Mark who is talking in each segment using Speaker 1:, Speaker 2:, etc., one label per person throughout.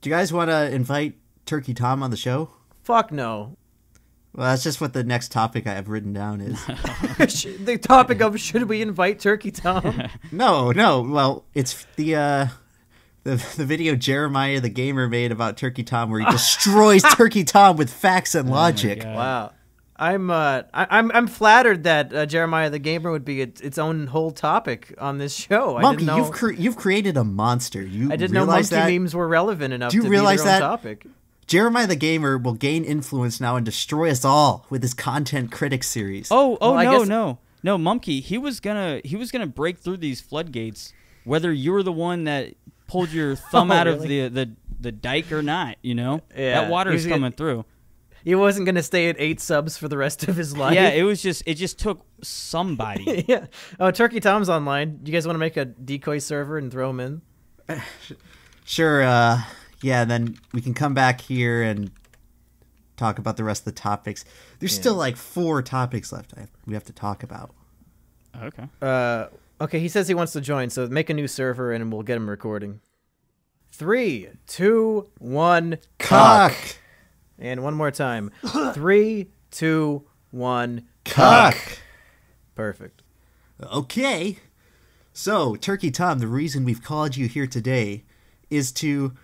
Speaker 1: Do you guys want to invite Turkey Tom on the show?
Speaker 2: Fuck no.
Speaker 1: Well, that's just what the next topic I have written down is.
Speaker 2: the topic of should we invite Turkey Tom?
Speaker 1: no, no. Well, it's the uh, the the video Jeremiah the gamer made about Turkey Tom, where he destroys Turkey Tom with facts
Speaker 2: Oh
Speaker 1: and logic.
Speaker 3: God.
Speaker 2: wow. I'm uh I, I'm I'm flattered that uh, Jeremiah the Gamer would be its its own whole topic on this show. I
Speaker 1: Monkey,
Speaker 2: didn't know
Speaker 1: you've cre- you've created a monster. You
Speaker 2: I didn't know monkey
Speaker 1: realize that
Speaker 2: memes were relevant enough
Speaker 1: Do you
Speaker 2: to
Speaker 1: realize
Speaker 2: be their
Speaker 1: that?
Speaker 2: own topic.
Speaker 1: Jeremiah the gamer will gain influence now and destroy us all with his content critic series.
Speaker 3: Oh, oh
Speaker 2: Well, I
Speaker 3: no,
Speaker 2: guess-
Speaker 3: no, no, Mumkey. He was gonna, he was gonna break through these floodgates, whether you were the one that pulled your thumb
Speaker 2: Oh,
Speaker 3: out
Speaker 2: really?
Speaker 3: of the, the the dike or not. You know,
Speaker 2: Yeah.
Speaker 3: that water
Speaker 2: He
Speaker 3: is
Speaker 2: was gonna-
Speaker 3: coming through.
Speaker 2: He wasn't gonna stay at eight subs for the rest of his life.
Speaker 3: yeah, it was just, it just took somebody.
Speaker 2: yeah. Oh, Turkey Tom's online. You guys want to make a decoy server and throw him in?
Speaker 1: Sure. Uh, yeah, then we can come back here and talk about the rest of the topics. There's still like four topics left I, we have to talk about.
Speaker 3: okay.
Speaker 2: Uh, okay, he says he wants to join, so make a new server and we'll get him recording. Three, two, one,
Speaker 1: Cock.
Speaker 2: and one more time. Three, two, one.
Speaker 1: Cock.
Speaker 2: Perfect.
Speaker 1: Okay. So, Turkey Tom, the reason we've called you here today is to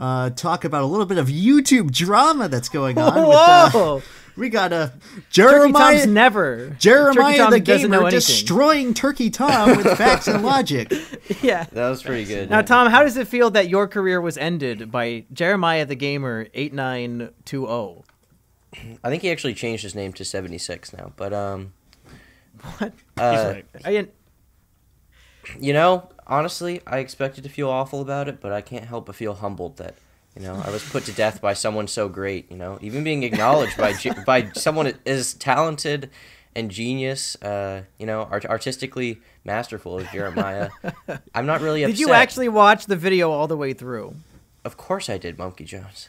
Speaker 1: uh, talk about a little bit of YouTube drama that's going on. With, uh,
Speaker 2: Whoa!
Speaker 1: we got a
Speaker 2: Turkey
Speaker 1: Jeremiah.
Speaker 2: Tom's never.
Speaker 1: Jeremiah
Speaker 2: Turkey Tom
Speaker 1: the
Speaker 2: doesn't know
Speaker 1: gamer
Speaker 2: anything.
Speaker 1: destroying Turkey Tom with facts and logic.
Speaker 2: Yeah.
Speaker 4: That was pretty good.
Speaker 2: Now, Tom, how does it feel that your career was ended by Jeremiah the Gamer 8920?
Speaker 4: I think he actually changed his name to 76 now. But um
Speaker 2: What?
Speaker 4: uh,
Speaker 2: I didn't-
Speaker 4: you know, honestly, I expected to feel awful about it, but I can't help but feel humbled that you know, I was put to death by someone so great, you know. Even being acknowledged by ge- by someone as talented and genius, uh, you know, art- artistically masterful as Jeremiah. I'm not really upset.
Speaker 2: Did you actually watch the video all the way through?
Speaker 4: Of course I did, Monkey Jones.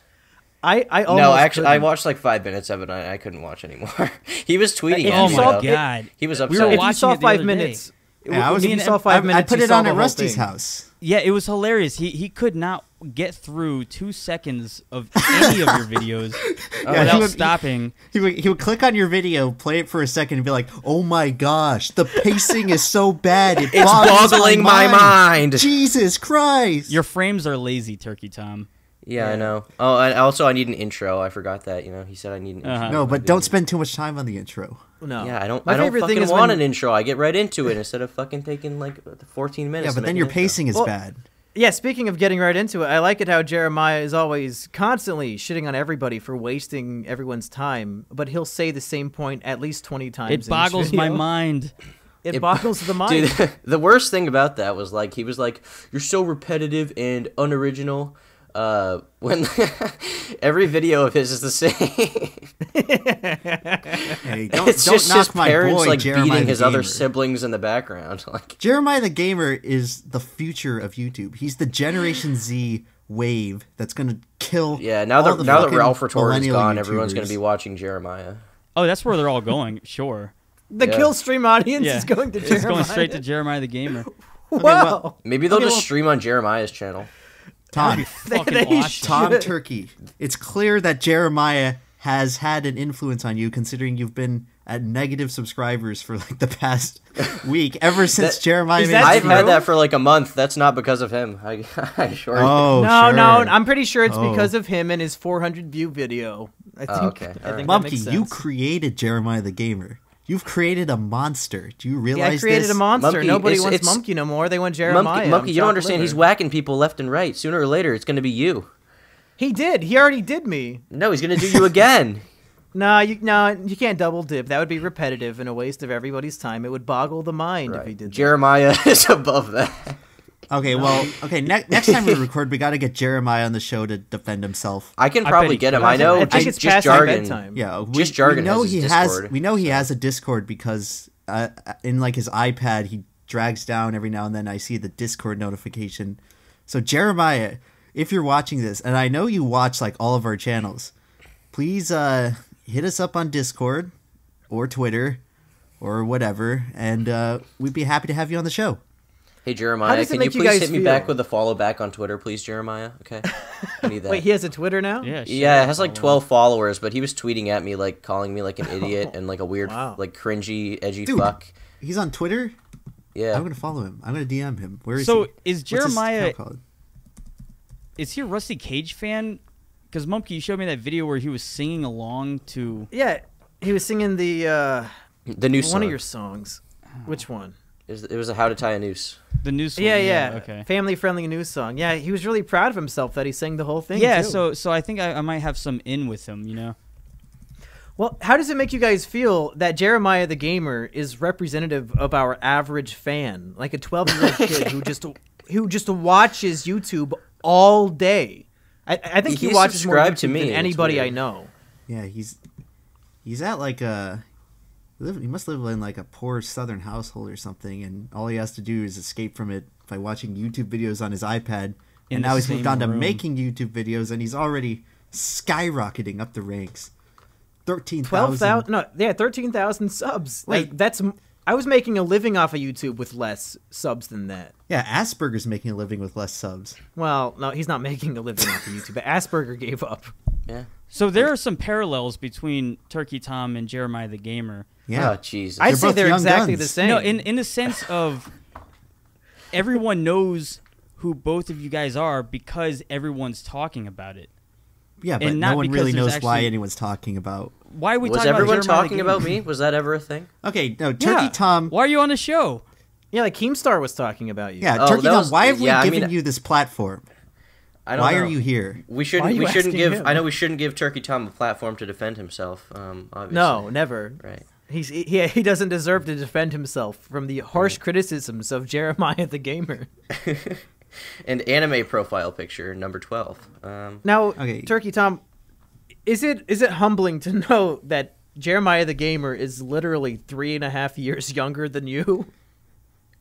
Speaker 2: I, I almost
Speaker 4: no, actually, I
Speaker 2: couldn't.
Speaker 4: watched like five minutes of it. and I, I couldn't watch anymore. he was tweeting.
Speaker 2: If
Speaker 4: at
Speaker 3: Oh
Speaker 2: you
Speaker 4: me,
Speaker 2: saw
Speaker 3: my
Speaker 4: though.
Speaker 2: it-
Speaker 3: god.
Speaker 4: He was
Speaker 3: We
Speaker 4: upset.
Speaker 3: were
Speaker 4: If you
Speaker 2: if you
Speaker 3: watching
Speaker 2: saw
Speaker 3: it the
Speaker 2: five
Speaker 3: other day.
Speaker 2: minutes,
Speaker 1: Yeah, I was-
Speaker 2: if you saw
Speaker 1: I,
Speaker 2: five
Speaker 1: I
Speaker 2: minutes,
Speaker 1: put
Speaker 2: you
Speaker 1: it
Speaker 2: saw
Speaker 1: on
Speaker 2: the
Speaker 1: at
Speaker 2: whole
Speaker 1: Rusty's
Speaker 2: thing.
Speaker 1: house.
Speaker 3: Yeah, it was hilarious. He he could not get through two seconds of any of your videos
Speaker 1: he
Speaker 3: without
Speaker 1: would-
Speaker 3: stopping.
Speaker 1: He would, he would click on your video, play it for a second, and be like, "Oh my gosh, the pacing is so bad, it
Speaker 4: It's
Speaker 1: boggles
Speaker 4: boggling
Speaker 1: my
Speaker 4: my
Speaker 1: mind.
Speaker 4: mind."
Speaker 1: Jesus Christ!
Speaker 3: Your frames are lazy, Turkey Tom.
Speaker 4: Yeah, I know. Oh, and also I need an intro. I forgot that. You know, he said I need an intro.
Speaker 3: Uh-huh.
Speaker 1: no, but don't spend too much time on the intro.
Speaker 2: No.
Speaker 4: Yeah, I don't.
Speaker 2: My
Speaker 4: I don't
Speaker 2: favorite
Speaker 4: fucking
Speaker 2: thing is
Speaker 4: want
Speaker 2: when,
Speaker 4: an intro. I get right into it instead of fucking taking like 14 minutes.
Speaker 1: Yeah,
Speaker 4: to
Speaker 1: but then
Speaker 4: make
Speaker 1: your
Speaker 4: an intro.
Speaker 1: pacing is
Speaker 2: Well-
Speaker 1: bad.
Speaker 2: Yeah, speaking of getting right into it, I like it how Jeremiah is always constantly shitting on everybody for wasting everyone's time, but he'll say the same point at least 20 times. in
Speaker 3: It
Speaker 2: each
Speaker 3: boggles my
Speaker 2: video.
Speaker 3: mind.
Speaker 2: It,
Speaker 4: It-
Speaker 2: boggles the mind.
Speaker 4: Dude, the worst thing about that was like he was like, "You're so repetitive and unoriginal." Uh, when every video of his is the same.
Speaker 1: Hey, don't
Speaker 4: it's
Speaker 1: don't
Speaker 4: just
Speaker 1: knock
Speaker 4: his
Speaker 1: my
Speaker 4: parents
Speaker 1: boy
Speaker 4: like
Speaker 1: Jeremiah
Speaker 4: beating
Speaker 1: the
Speaker 4: his other
Speaker 1: Gamer.
Speaker 4: siblings in the background. Like,
Speaker 1: Jeremiah the gamer is the future of YouTube. He's the Generation Z wave that's gonna kill.
Speaker 4: yeah, now
Speaker 1: all
Speaker 4: that
Speaker 1: the
Speaker 4: now that
Speaker 1: fucking
Speaker 4: Ralph Retort is
Speaker 1: millennial
Speaker 4: gone, everyone's
Speaker 1: YouTubers.
Speaker 4: gonna be watching Jeremiah.
Speaker 3: Oh, that's where they're all going. Sure.
Speaker 2: the
Speaker 4: yeah.
Speaker 2: kill stream audience
Speaker 3: Yeah.
Speaker 2: is going to Jeremiah.
Speaker 3: It's going straight to Jeremiah the Gamer.
Speaker 2: Wow.
Speaker 4: Maybe they'll
Speaker 1: Okay,
Speaker 4: just
Speaker 1: well-
Speaker 4: stream on Jeremiah's channel.
Speaker 1: Tom.
Speaker 3: Fucking
Speaker 2: they
Speaker 3: awesome.
Speaker 1: Tom Turkey. It's clear that Jeremiah has had an influence on you, considering you've been at negative subscribers for like the past week, ever since
Speaker 4: That-
Speaker 1: Jeremiah.
Speaker 2: is
Speaker 1: made
Speaker 2: that
Speaker 1: his
Speaker 4: I've
Speaker 1: video.
Speaker 4: had that for like a month. That's not because of him. I, I sure.
Speaker 1: Oh
Speaker 2: no,
Speaker 1: sure.
Speaker 2: no, I'm pretty sure it's
Speaker 1: Oh.
Speaker 2: because of him and his 400 view video. I think.
Speaker 4: Oh, okay.
Speaker 2: I think
Speaker 4: All right.
Speaker 2: that
Speaker 1: Mumpke,
Speaker 2: makes
Speaker 1: you
Speaker 2: sense.
Speaker 1: created Jeremiah the gamer. You've created a monster. Do you
Speaker 2: Yeah,
Speaker 1: realize
Speaker 2: I created
Speaker 1: this?
Speaker 2: a monster.
Speaker 4: Monkey,
Speaker 2: Nobody
Speaker 4: it's-
Speaker 2: wants
Speaker 4: it's-
Speaker 2: Monkey no more. They want Jeremiah.
Speaker 4: Monkey,
Speaker 2: I'm
Speaker 4: Monkey you don't
Speaker 2: chopped
Speaker 4: understand.
Speaker 2: liver.
Speaker 4: He's whacking people left and right. Sooner or later, it's going to be you.
Speaker 2: He did. He already did me.
Speaker 4: No, he's going to do you again.
Speaker 2: No, you no, you can't double dip. That would be repetitive and a waste of everybody's time. It would boggle the mind if he did. that.
Speaker 4: Jeremiah is above that.
Speaker 1: Okay, well, okay. Ne- next time we record, we got to get Jeremiah on the show to defend himself.
Speaker 4: I can
Speaker 3: I
Speaker 4: probably
Speaker 3: bet
Speaker 4: get
Speaker 3: he-
Speaker 4: him. I
Speaker 2: think-
Speaker 4: know
Speaker 2: I think
Speaker 4: just,
Speaker 2: it's
Speaker 4: just
Speaker 2: past my
Speaker 4: jargon.
Speaker 2: bedtime.
Speaker 1: Yeah, we,
Speaker 4: Just Jargon
Speaker 1: We know
Speaker 4: has
Speaker 1: he
Speaker 4: his
Speaker 1: has.
Speaker 4: Discord,
Speaker 1: We know he has a Discord because uh, in like his iPad, he drags down every now and then. I see the Discord notification. So Jeremiah, if you're watching this, and I know you watch like all of our channels, please uh, hit us up on Discord or Twitter or whatever, and uh, we'd be happy to have you on the show.
Speaker 4: Hey Jeremiah,
Speaker 2: does it
Speaker 4: can you
Speaker 2: make you
Speaker 4: please
Speaker 2: guys
Speaker 4: hit me
Speaker 2: feel?
Speaker 4: back with a follow back on Twitter, please, Jeremiah? Okay, I need that.
Speaker 2: Wait, he has a Twitter now?
Speaker 3: Yeah, shit,
Speaker 4: yeah, it has like
Speaker 3: follow.
Speaker 4: twelve followers, but he was tweeting at me like calling me like an idiot and like a weird,
Speaker 2: Wow.
Speaker 4: like cringy, edgy
Speaker 1: Dude.
Speaker 4: fuck.
Speaker 1: He's on Twitter.
Speaker 4: Yeah,
Speaker 1: I'm gonna follow him. I'm gonna DM him. Where is he?
Speaker 3: So is
Speaker 1: What's his
Speaker 3: Jeremiah
Speaker 1: account called?
Speaker 3: is he a Rusty Cage fan? Because Mumpke, you showed me that video where he was singing along to.
Speaker 2: Yeah, he was singing the uh,
Speaker 4: the new
Speaker 2: one
Speaker 4: song.
Speaker 2: of your songs.
Speaker 3: Oh.
Speaker 2: Which one?
Speaker 4: It was- It was a how to tie a noose.
Speaker 3: The new song.
Speaker 2: Yeah, yeah.
Speaker 3: Okay.
Speaker 2: Family friendly news song. Yeah, he was really proud of himself that he sang the whole thing.
Speaker 3: yeah,
Speaker 2: too.
Speaker 3: so so I think I, I might have some in with him, you know.
Speaker 2: Well, how does it make you guys feel that Jeremiah the gamer is representative of our average fan, like a 12-year-old kid who just who just watches YouTube all day? I, I think he,
Speaker 4: He's
Speaker 2: watches more
Speaker 4: subscribed to
Speaker 2: YouTube
Speaker 4: me,
Speaker 2: than
Speaker 4: it's
Speaker 2: anybody
Speaker 4: weird.
Speaker 2: I know.
Speaker 1: Yeah, he's he's at like a live, he must live in like a poor southern household or something, and all he has to do is escape from it by watching YouTube videos on his iPad.
Speaker 3: In
Speaker 1: and
Speaker 3: the
Speaker 1: now he's
Speaker 3: same
Speaker 1: moved on to
Speaker 3: room.
Speaker 1: making YouTube videos, and he's already skyrocketing up the ranks. Thirteen
Speaker 2: Twelve
Speaker 1: thousand.
Speaker 2: thousand? No, yeah, thirteen thousand subs.
Speaker 1: Wait.
Speaker 2: Like that's m- I was making a living off of YouTube with less subs than that.
Speaker 1: Yeah, Asperger's making a living with less subs.
Speaker 2: Well, no, he's not making a living off of YouTube. But Asperger gave up.
Speaker 4: Yeah.
Speaker 3: So there are some parallels between Turkey Tom and Jeremiah the Gamer.
Speaker 1: Yeah,
Speaker 4: Oh Jesus.
Speaker 2: I
Speaker 1: They're
Speaker 2: say
Speaker 1: both
Speaker 2: they're
Speaker 1: young
Speaker 2: exactly the
Speaker 1: guns.
Speaker 2: same.
Speaker 3: No, in in the sense of everyone knows who both of you guys are because everyone's talking about it.
Speaker 1: yeah, but
Speaker 3: And
Speaker 1: no
Speaker 3: not
Speaker 1: one
Speaker 3: because
Speaker 1: really
Speaker 3: there's
Speaker 1: knows why
Speaker 3: actually-
Speaker 1: anyone's talking about.
Speaker 3: Why are we
Speaker 4: was
Speaker 3: talking
Speaker 4: everyone
Speaker 3: about Jeremiah the
Speaker 4: talking
Speaker 3: Gamer?
Speaker 4: about me? Was that ever a thing?
Speaker 1: Okay, no, Turkey
Speaker 3: Yeah.
Speaker 1: Tom.
Speaker 3: Why are you on the show?
Speaker 2: yeah, like Keemstar was talking about you.
Speaker 1: Yeah,
Speaker 4: Oh,
Speaker 1: Turkey
Speaker 4: that
Speaker 1: Tom.
Speaker 4: was-
Speaker 1: why have we
Speaker 4: yeah, I
Speaker 1: given
Speaker 4: mean-
Speaker 1: you this platform?
Speaker 4: I don't
Speaker 1: Why
Speaker 4: know.
Speaker 1: are you here?
Speaker 4: We
Speaker 2: Why are
Speaker 4: shouldn't.
Speaker 2: you
Speaker 4: We shouldn't
Speaker 2: asking
Speaker 4: give.
Speaker 2: him?
Speaker 4: I know we shouldn't give Turkey Tom a platform to defend himself. Um, obviously.
Speaker 2: No, never.
Speaker 4: Right.
Speaker 2: He's he, he he doesn't deserve to defend himself from the harsh criticisms of Jeremiah the gamer.
Speaker 4: And anime profile picture number twelve. Um,
Speaker 2: Now,
Speaker 1: Okay.
Speaker 2: Turkey Tom, is it is it humbling to know that Jeremiah the gamer is literally three and a half years younger than you?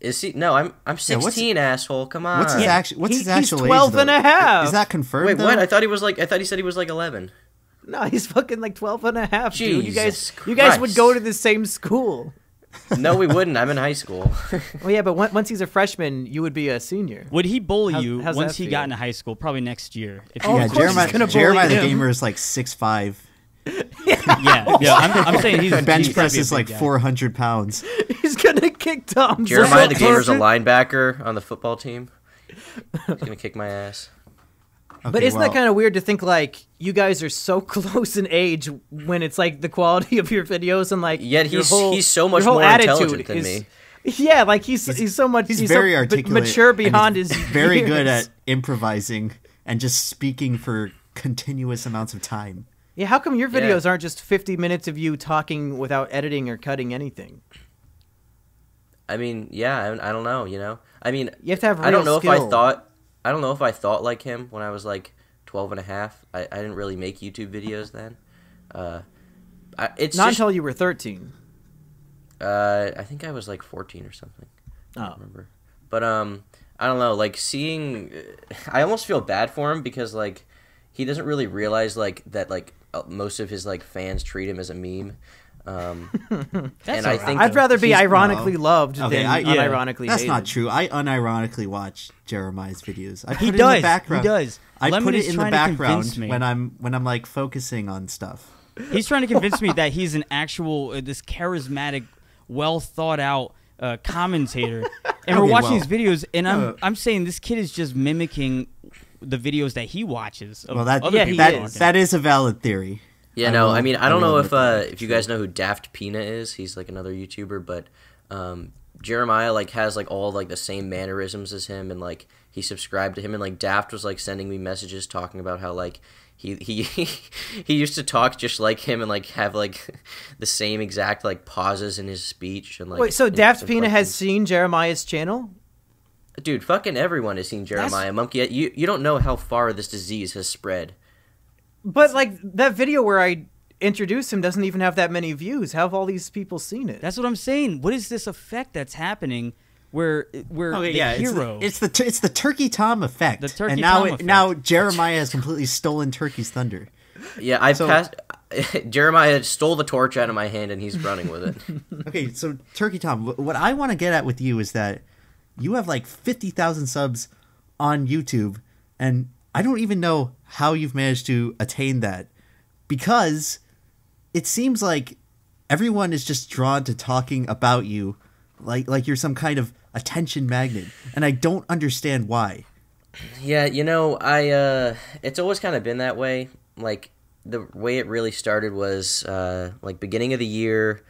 Speaker 4: is he? No, I'm. I'm
Speaker 1: Yeah, what's-
Speaker 4: sixteen. asshole. Come on.
Speaker 1: What's his actual? What's
Speaker 2: He-
Speaker 1: his
Speaker 2: he's
Speaker 1: actual
Speaker 2: 12
Speaker 1: age? though?
Speaker 2: and a half.
Speaker 1: Is that confirmed?
Speaker 4: Wait,
Speaker 1: though?
Speaker 4: what? I thought he was like. I thought he said he was like eleven.
Speaker 2: No, he's fucking like twelve and a half, dude. You guys,
Speaker 4: Jesus
Speaker 2: you guys would
Speaker 4: Christ.
Speaker 2: go to the same school.
Speaker 4: No, we wouldn't. I'm in high school.
Speaker 2: Well, yeah, but on- once he's a freshman, you would be a senior.
Speaker 3: Would he bully
Speaker 2: How's-
Speaker 3: you
Speaker 2: how's
Speaker 3: once
Speaker 2: that
Speaker 3: he got
Speaker 2: feel?
Speaker 3: into high school? Probably next year. If
Speaker 2: Oh,
Speaker 3: you
Speaker 1: yeah,
Speaker 2: of course he's
Speaker 1: Jeremiah,
Speaker 2: gonna bully
Speaker 1: Jeremiah the
Speaker 2: him.
Speaker 1: gamer is like six five.
Speaker 3: yeah, yeah. I'm, I'm saying he's
Speaker 1: Bench
Speaker 3: he's
Speaker 1: press
Speaker 3: gotta be a
Speaker 1: is
Speaker 3: big
Speaker 1: like
Speaker 3: guy.
Speaker 1: four hundred pounds.
Speaker 2: He's gonna kick Tom's
Speaker 4: Jeremiah
Speaker 2: ass.
Speaker 4: the gamer's a linebacker on the football team. He's gonna kick my ass.
Speaker 2: But isn't that kind of weird to think like you guys are so close in age when it's like the quality of your videos and like
Speaker 4: Yet
Speaker 2: your
Speaker 4: he's-
Speaker 2: whole-
Speaker 4: he's so
Speaker 2: your
Speaker 4: much
Speaker 2: whole
Speaker 4: more
Speaker 2: attitude
Speaker 4: intelligent than
Speaker 2: is-
Speaker 4: me.
Speaker 2: Yeah, like he's he's, so much
Speaker 1: He's,
Speaker 2: he's
Speaker 1: very
Speaker 2: so, ma-
Speaker 1: articulate,
Speaker 2: mature
Speaker 1: and he's
Speaker 2: beyond his
Speaker 1: very good
Speaker 2: years.
Speaker 1: at improvising and just speaking for continuous amounts of time.
Speaker 2: Yeah, how come your
Speaker 4: Yeah.
Speaker 2: videos aren't just 50 minutes of you talking without editing or cutting anything?
Speaker 4: I mean, yeah, I, I don't know, you know. I mean,
Speaker 2: You have to have
Speaker 4: I don't
Speaker 2: real
Speaker 4: know if I
Speaker 2: skill.
Speaker 4: thought I don't know if I thought like him when I was like 12 and a half. I, I didn't really make YouTube videos then. Uh I, it's
Speaker 2: Not
Speaker 4: just,
Speaker 2: until you were 13.
Speaker 4: uh I think I was like 14 or something.
Speaker 2: Oh.
Speaker 4: remember. But um, I don't know. Like seeing, I almost feel bad for him because like he doesn't really realize like that like uh, most of his like fans treat him as a meme. Um,
Speaker 3: That's
Speaker 4: and I
Speaker 3: alright.
Speaker 4: think
Speaker 2: I'd rather be
Speaker 1: He's-
Speaker 2: ironically
Speaker 1: no.
Speaker 2: loved
Speaker 1: Okay,
Speaker 2: than
Speaker 1: I- yeah.
Speaker 2: unironically
Speaker 1: That's
Speaker 2: hated.
Speaker 1: not true. I unironically watch Jeremiah's videos. I put
Speaker 3: He
Speaker 1: it
Speaker 3: does.
Speaker 1: in the background.
Speaker 3: He does.
Speaker 1: I
Speaker 3: Lemon
Speaker 1: put
Speaker 3: is
Speaker 1: it in the
Speaker 3: trying to convince
Speaker 1: background
Speaker 3: me.
Speaker 1: when I'm when I'm like focusing on stuff.
Speaker 3: He's trying to convince me that he's an actual, uh, this charismatic, well thought out uh, commentator. And we're
Speaker 1: Okay,
Speaker 3: watching
Speaker 1: well,
Speaker 3: his videos, and I'm
Speaker 1: uh,
Speaker 3: I'm saying this kid is just mimicking the videos that he watches. Of
Speaker 1: Well, that
Speaker 3: other
Speaker 2: Yeah, he
Speaker 3: people
Speaker 1: that
Speaker 3: talking.
Speaker 2: is.
Speaker 1: that is a valid theory.
Speaker 4: yeah,
Speaker 1: I
Speaker 4: no,
Speaker 1: will-
Speaker 4: I mean I don't
Speaker 1: will
Speaker 4: know if
Speaker 1: admit
Speaker 4: uh
Speaker 1: that.
Speaker 4: if you guys know who Daft Pina is. He's like another YouTuber, but um, Jeremiah like has like all like the same mannerisms as him, and like he subscribed to him, and like Daft was like sending me messages talking about how like. He, he he used to talk just like him and like have like the same exact like pauses in his speech and like
Speaker 2: Wait, so
Speaker 4: in-
Speaker 2: Daft Pina has
Speaker 4: inflections.
Speaker 2: seen Jeremiah's channel?
Speaker 4: Dude, fucking everyone has seen Jeremiah Mumpke. You you don't know how far this disease has spread.
Speaker 2: But like that video where I introduced him doesn't even have that many views. How have all these people seen it?
Speaker 3: That's what I'm saying. What is this effect that's happening where where
Speaker 1: Okay,
Speaker 3: the
Speaker 1: yeah,
Speaker 3: hero?
Speaker 1: It's the, it's the it's the Turkey Tom effect.
Speaker 3: The Turkey
Speaker 1: and now
Speaker 3: Tom
Speaker 1: it,
Speaker 3: effect.
Speaker 1: now Jeremiah has completely stolen Turkey's thunder.
Speaker 4: Yeah, I
Speaker 1: So-
Speaker 4: passed. Jeremiah stole the torch out of my hand and he's running with it.
Speaker 1: Okay, so Turkey Tom, wh- what I want to get at with you is that you have like 50,000 subs on YouTube and I don't even know how you've managed to attain that because it seems like everyone is just drawn to talking about you like like you're some kind of attention magnet and I don't understand why.
Speaker 4: Yeah, you know, I uh it's always kind of been that way. Like the way it really started was uh like beginning of the year.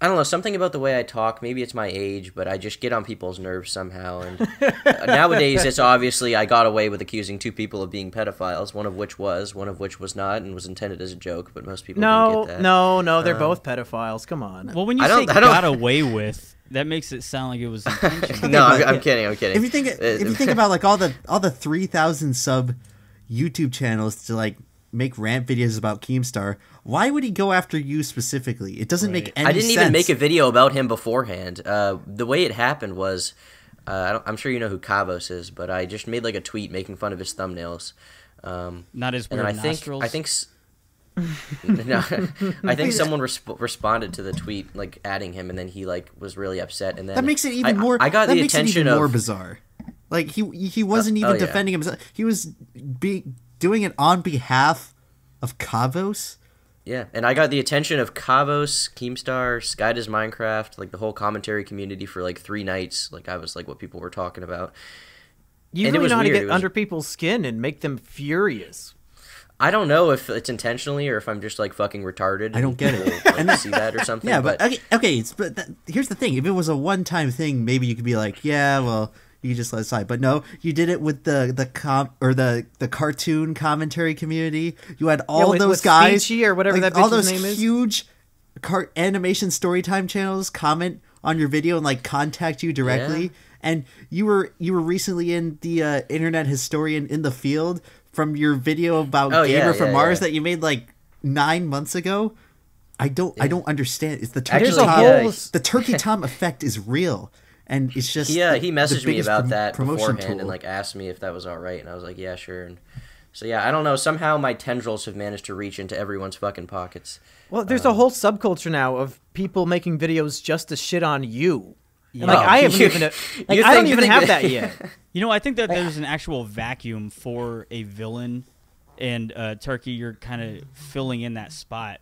Speaker 4: I don't know, something about the way I talk, maybe it's my age, but I just get on people's nerves somehow and nowadays it's obviously I got away with accusing two people of being pedophiles, one of which was, one of which was not and was intended as a joke, but most people
Speaker 2: No,
Speaker 4: didn't get that. Um,
Speaker 2: no, no. They're both pedophiles. Come on.
Speaker 3: Well, when you
Speaker 4: I
Speaker 3: say
Speaker 4: don't- I don't-
Speaker 3: got away with, that makes it sound like it was intentional.
Speaker 4: No, I'm, I'm kidding. I'm kidding. Uh,
Speaker 1: If you think if you think about like all the all the 3,000 sub YouTube channels to like make rant videos about Keemstar, why would he go after you specifically? It doesn't make any
Speaker 4: I didn't even
Speaker 1: sense.
Speaker 4: make a video about him beforehand. Uh, the way it happened was, uh, I don't, I'm sure you know who Kavos is, but I just made like a tweet making fun of his thumbnails. Um,
Speaker 3: Not his
Speaker 4: and
Speaker 3: weird
Speaker 4: then I
Speaker 3: nostrils.
Speaker 4: think I think s- no, I think someone resp- responded to the tweet like adding him, and then he like was really upset. And then
Speaker 1: That makes it even
Speaker 4: I-
Speaker 1: more.
Speaker 4: I got
Speaker 1: that
Speaker 4: the
Speaker 1: makes it
Speaker 4: attention
Speaker 1: even
Speaker 4: of
Speaker 1: more bizarre. Like he he wasn't
Speaker 4: Uh,
Speaker 1: even
Speaker 4: oh, yeah.
Speaker 1: defending himself. He was be doing it on behalf of Kavos.
Speaker 4: Yeah, and I got the attention of Kavos, Keemstar, Sky Does Minecraft, like the whole commentary community for like three nights. Like I was like what people were talking about.
Speaker 2: you
Speaker 4: and it
Speaker 2: really
Speaker 4: was
Speaker 2: know how to
Speaker 4: weird,
Speaker 2: get
Speaker 4: it was-
Speaker 2: under people's skin and make them furious.
Speaker 4: I don't know if it's intentionally or if I'm just like fucking retarded.
Speaker 1: I don't get it.
Speaker 4: and like, see that or something.
Speaker 1: Yeah, but okay, okay. It's, but that, here's the thing: if it was a one-time thing, maybe you could be like, yeah, well, you just let it slide. But no, you did it with the the comp or the the cartoon commentary community. You had all
Speaker 2: with-
Speaker 1: those
Speaker 2: with
Speaker 1: guys,
Speaker 2: Speechy or whatever
Speaker 1: like,
Speaker 2: that
Speaker 1: all
Speaker 2: bitch's
Speaker 1: those
Speaker 2: name is.
Speaker 1: huge car- animation storytime channels comment on your video and like contact you directly.
Speaker 4: Yeah.
Speaker 1: And you were you were recently in the uh, internet historian in the field from your video about
Speaker 4: Oh,
Speaker 1: Gamer
Speaker 4: yeah,
Speaker 1: from
Speaker 4: yeah,
Speaker 1: Mars
Speaker 4: yeah.
Speaker 1: that you made like nine months ago. I don't I don't understand. It's the turkey
Speaker 4: There's a
Speaker 1: tom.
Speaker 2: whole-
Speaker 1: The turkey tom effect is real, and it's just
Speaker 4: yeah,
Speaker 1: the-
Speaker 4: he
Speaker 1: the
Speaker 4: messaged me
Speaker 1: biggest
Speaker 4: about
Speaker 1: prom-
Speaker 4: that
Speaker 1: promotion
Speaker 4: beforehand
Speaker 1: tool.
Speaker 4: and like asked me if that was all right, and I was like, yeah, sure. And so yeah, I don't know. Somehow my tendrils have managed to reach into everyone's fucking pockets.
Speaker 2: Well, there's
Speaker 4: Um,
Speaker 2: a whole subculture now of people making videos just to shit on you. And like
Speaker 4: Yeah.
Speaker 2: I haven't
Speaker 4: You-
Speaker 2: even like
Speaker 4: you
Speaker 2: I don't
Speaker 4: think- you
Speaker 2: even
Speaker 4: think
Speaker 2: have
Speaker 4: that-
Speaker 2: that yet.
Speaker 3: You know, I think that there's an actual vacuum for a villain, and uh, Turkey, you're kind of filling in that spot.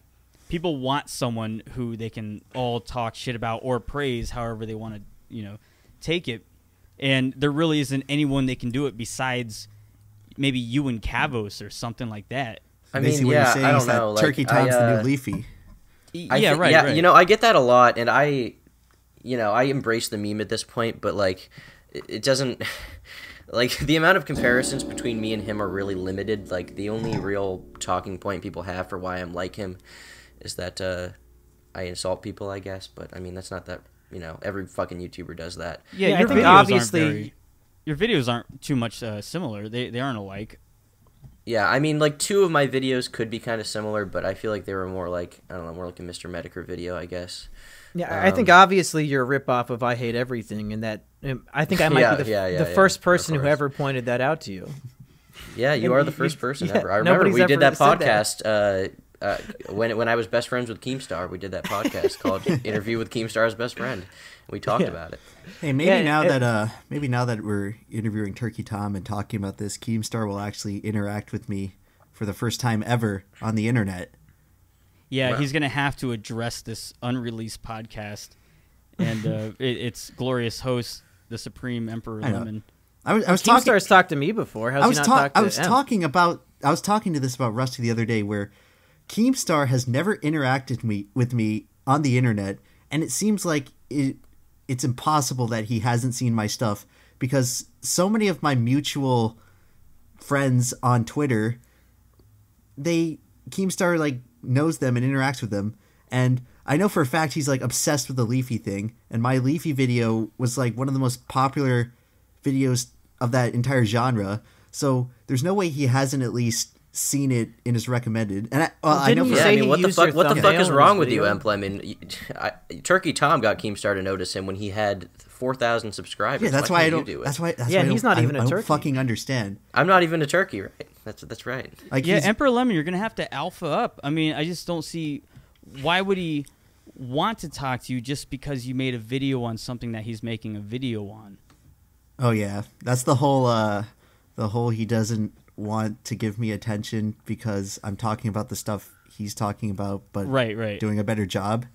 Speaker 3: People want someone who they can all talk shit about or praise, however they want to, you know, take it. And there really isn't anyone that can do it besides maybe you and Kavos or something like that.
Speaker 4: I mean,
Speaker 1: Basically, what
Speaker 4: yeah,
Speaker 1: you're saying
Speaker 4: I don't
Speaker 1: is that
Speaker 4: know. Like,
Speaker 1: turkey
Speaker 4: I,
Speaker 1: tom's the
Speaker 4: uh,
Speaker 1: new leafy.
Speaker 3: Y-
Speaker 4: I
Speaker 3: yeah,
Speaker 4: thi-
Speaker 3: right,
Speaker 4: Yeah,
Speaker 3: right.
Speaker 4: you know, I get that a lot, and I, you know, I embrace the meme at this point, but like, it, it doesn't. Like the amount of comparisons between me and him are really limited. Like the only real talking point people have for why I'm like him is that uh, I insult people, I guess. But I mean, that's not that. You know, every fucking YouTuber does that.
Speaker 3: yeah,
Speaker 2: Yeah, I
Speaker 3: your
Speaker 2: think
Speaker 3: videos aren't
Speaker 2: obviously-
Speaker 3: very- your videos aren't too much uh, similar. They they aren't alike.
Speaker 4: Yeah, I mean, like two of my videos could be kind of similar, but I feel like they were more like I don't know, more like a Mr. Medicare video, I guess.
Speaker 2: Yeah, I- I think
Speaker 1: Um,
Speaker 2: obviously you're a ripoff of I Hate Everything, and that um, I think I might
Speaker 4: Yeah,
Speaker 2: be the,
Speaker 4: yeah, yeah,
Speaker 2: the
Speaker 4: yeah,
Speaker 2: first
Speaker 4: of
Speaker 2: person who
Speaker 4: course.
Speaker 2: ever pointed that out to you.
Speaker 4: Yeah, you
Speaker 2: And
Speaker 4: are
Speaker 2: you-
Speaker 4: the first
Speaker 2: you-
Speaker 4: person
Speaker 2: yeah,
Speaker 4: ever. I remember
Speaker 2: nobody's
Speaker 4: we did
Speaker 2: ever
Speaker 4: that
Speaker 2: said that.
Speaker 4: podcast Uh, uh, when when I was best friends with Keemstar. We did that podcast called "Interview with Keemstar's Best Friend." We talked
Speaker 2: Yeah.
Speaker 4: about it.
Speaker 1: Hey, maybe
Speaker 2: Yeah,
Speaker 1: now
Speaker 2: it-
Speaker 1: that uh, maybe now that we're interviewing Turkey Tom and talking about this, Keemstar will actually interact with me for the first time ever on the internet.
Speaker 3: Yeah,
Speaker 4: Wow.
Speaker 3: he's gonna have to address this unreleased podcast, and uh, it, it's glorious host, the Supreme Emperor
Speaker 1: I know.
Speaker 3: Lemon.
Speaker 1: I was I was talking.
Speaker 2: Keemstar's talked to me before. How's
Speaker 1: I was
Speaker 2: he not
Speaker 1: talking.
Speaker 2: talked
Speaker 1: I
Speaker 2: to
Speaker 1: was
Speaker 2: M?
Speaker 1: talking about. I was talking to this about Rusty the other day, where Keemstar has never interacted me with me on the internet, and it seems like it. It's impossible that he hasn't seen my stuff because so many of my mutual friends on Twitter, they Keemstar like knows them and interacts with them, and I know for a fact he's like obsessed with the Leafy thing, and my Leafy video was like one of the most popular videos of that entire genre. So there's no way he hasn't at least seen it in his recommended. And I, well, I know
Speaker 2: Didn't
Speaker 1: for
Speaker 2: you
Speaker 1: a
Speaker 4: Yeah,
Speaker 2: say
Speaker 4: I
Speaker 2: he
Speaker 4: mean, what the
Speaker 2: used your
Speaker 4: fuck? What the fuck
Speaker 2: thumbnail
Speaker 4: is
Speaker 2: in
Speaker 4: wrong
Speaker 2: his
Speaker 4: with you,
Speaker 2: video?
Speaker 4: Emplem? And you- I, Turkey Tom got Keemstar to notice him when he had four thousand subscribers.
Speaker 1: yeah, that's
Speaker 4: why,
Speaker 1: why I
Speaker 4: can't you
Speaker 1: don't.
Speaker 4: do it?
Speaker 1: that's why. That's
Speaker 2: Yeah,
Speaker 1: why I
Speaker 2: and he's
Speaker 1: don't-
Speaker 2: not
Speaker 1: I
Speaker 2: even
Speaker 1: don't-
Speaker 2: a
Speaker 1: I don't
Speaker 2: turkey.
Speaker 1: fucking understand.
Speaker 4: I'm not even a turkey, right? That's that's right.
Speaker 1: Like,
Speaker 3: yeah,
Speaker 1: he's-
Speaker 3: Emperor Lemon, you're gonna have to alpha up. I mean, I just don't see why would he. want to talk to you just because you made a video on something that he's making a video on.
Speaker 1: Oh yeah, that's the whole uh the whole he doesn't want to give me attention because I'm talking about the stuff he's talking about but
Speaker 3: Right, right.
Speaker 1: doing a better job.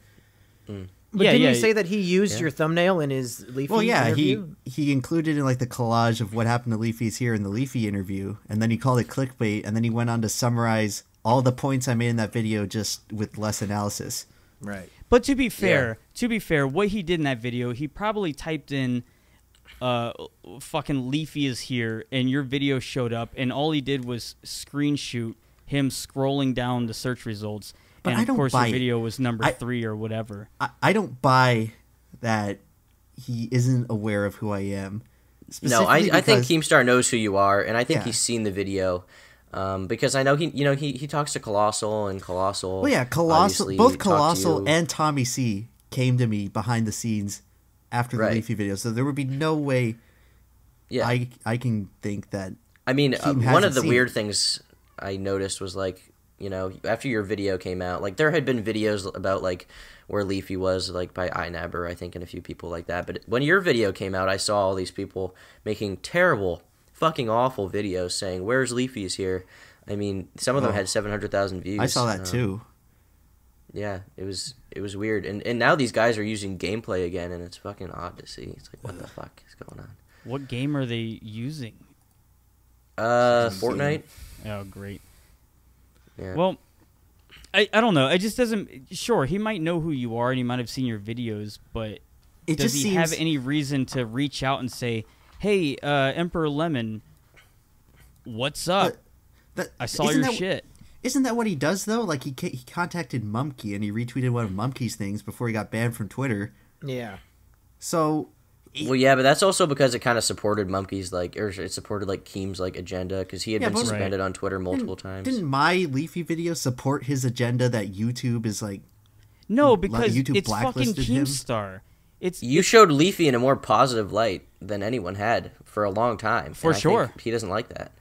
Speaker 2: But
Speaker 3: Yeah,
Speaker 2: didn't
Speaker 3: yeah,
Speaker 2: you say that he used
Speaker 4: yeah.
Speaker 2: your thumbnail in his leafy
Speaker 1: Well, yeah,
Speaker 2: interview?
Speaker 1: he he included in like the collage of what happened to Leafy's here in the Leafy interview and then he called it clickbait and then he went on to summarize all the points I made in that video just with less analysis.
Speaker 2: Right.
Speaker 3: But to be fair, to be fair, what he did in that video, he probably typed in uh fucking Leafy is here and your video showed up and all he did was screenshot him scrolling down the search results
Speaker 1: But
Speaker 3: and
Speaker 1: I
Speaker 3: of
Speaker 1: don't
Speaker 3: course
Speaker 1: buy
Speaker 3: your
Speaker 1: it.
Speaker 3: video was number
Speaker 1: I-
Speaker 3: 3 or whatever.
Speaker 1: I, I don't buy that he isn't aware of who I am.
Speaker 4: No, I, I think
Speaker 1: because-
Speaker 4: Keemstar knows who you are, and I think
Speaker 1: Yeah.
Speaker 4: he's seen the video. Um, because I know he, you know, he, he talks to Colossal and Colossal.
Speaker 1: Well, yeah, Colossal,
Speaker 4: obviously
Speaker 1: both
Speaker 4: talked to
Speaker 1: Colossal
Speaker 4: you.
Speaker 1: and Tommy C came to me behind the scenes after the
Speaker 4: Right.
Speaker 1: Leafy video, so there would be no way
Speaker 4: yeah.
Speaker 1: I I can think that.
Speaker 4: I mean, uh,
Speaker 1: Keem
Speaker 4: one
Speaker 1: hasn't
Speaker 4: of the
Speaker 1: seen
Speaker 4: weird
Speaker 1: it.
Speaker 4: things I noticed was like, you know, after your video came out, like there had been videos about like where Leafy was, like by Inabber, I think, and a few people like that. But when your video came out, I saw all these people making terrible, fucking awful videos saying, "Where's Leafy's here." I mean, some of them
Speaker 1: Oh.
Speaker 4: had seven hundred thousand views.
Speaker 1: I saw that
Speaker 4: Uh,
Speaker 1: too.
Speaker 4: Yeah, it was it was weird, and and now these guys are using gameplay again, and it's fucking odd to see. It's like, what the fuck is going on?
Speaker 3: What game are they using?
Speaker 4: Uh,
Speaker 1: Doesn't seem-
Speaker 4: Fortnite.
Speaker 3: Oh, great.
Speaker 4: Yeah.
Speaker 3: Well, I, I don't know. It just doesn't. Sure, he might know who you are and he might have seen your videos, but
Speaker 1: It
Speaker 3: does
Speaker 1: just
Speaker 3: he
Speaker 1: seems
Speaker 3: have any reason to reach out and say, "Hey, uh, Emperor Lemon, what's up?
Speaker 1: that-
Speaker 3: I saw
Speaker 1: Uh, isn't
Speaker 3: your
Speaker 1: that-
Speaker 3: shit."
Speaker 1: Isn't that what he does though? Like he ca- he contacted Mumkey and he retweeted one of Mumkey's things before he got banned from Twitter.
Speaker 2: Yeah.
Speaker 1: So he-
Speaker 4: Well, yeah, but that's also because it kind of supported Mumpy's like, or it supported like Keem's like agenda because he had
Speaker 1: Yeah,
Speaker 4: been
Speaker 1: but- Right.
Speaker 4: suspended on Twitter multiple times.
Speaker 1: didn't my Leafy video support his agenda that YouTube is like?
Speaker 3: No, because
Speaker 1: YouTube
Speaker 3: it's fucking
Speaker 1: blacklisted him?
Speaker 3: Keemstar. It's
Speaker 4: You showed Leafy in a more positive light than anyone had for a long time.
Speaker 3: For
Speaker 4: and I think
Speaker 3: sure.
Speaker 4: he doesn't like that.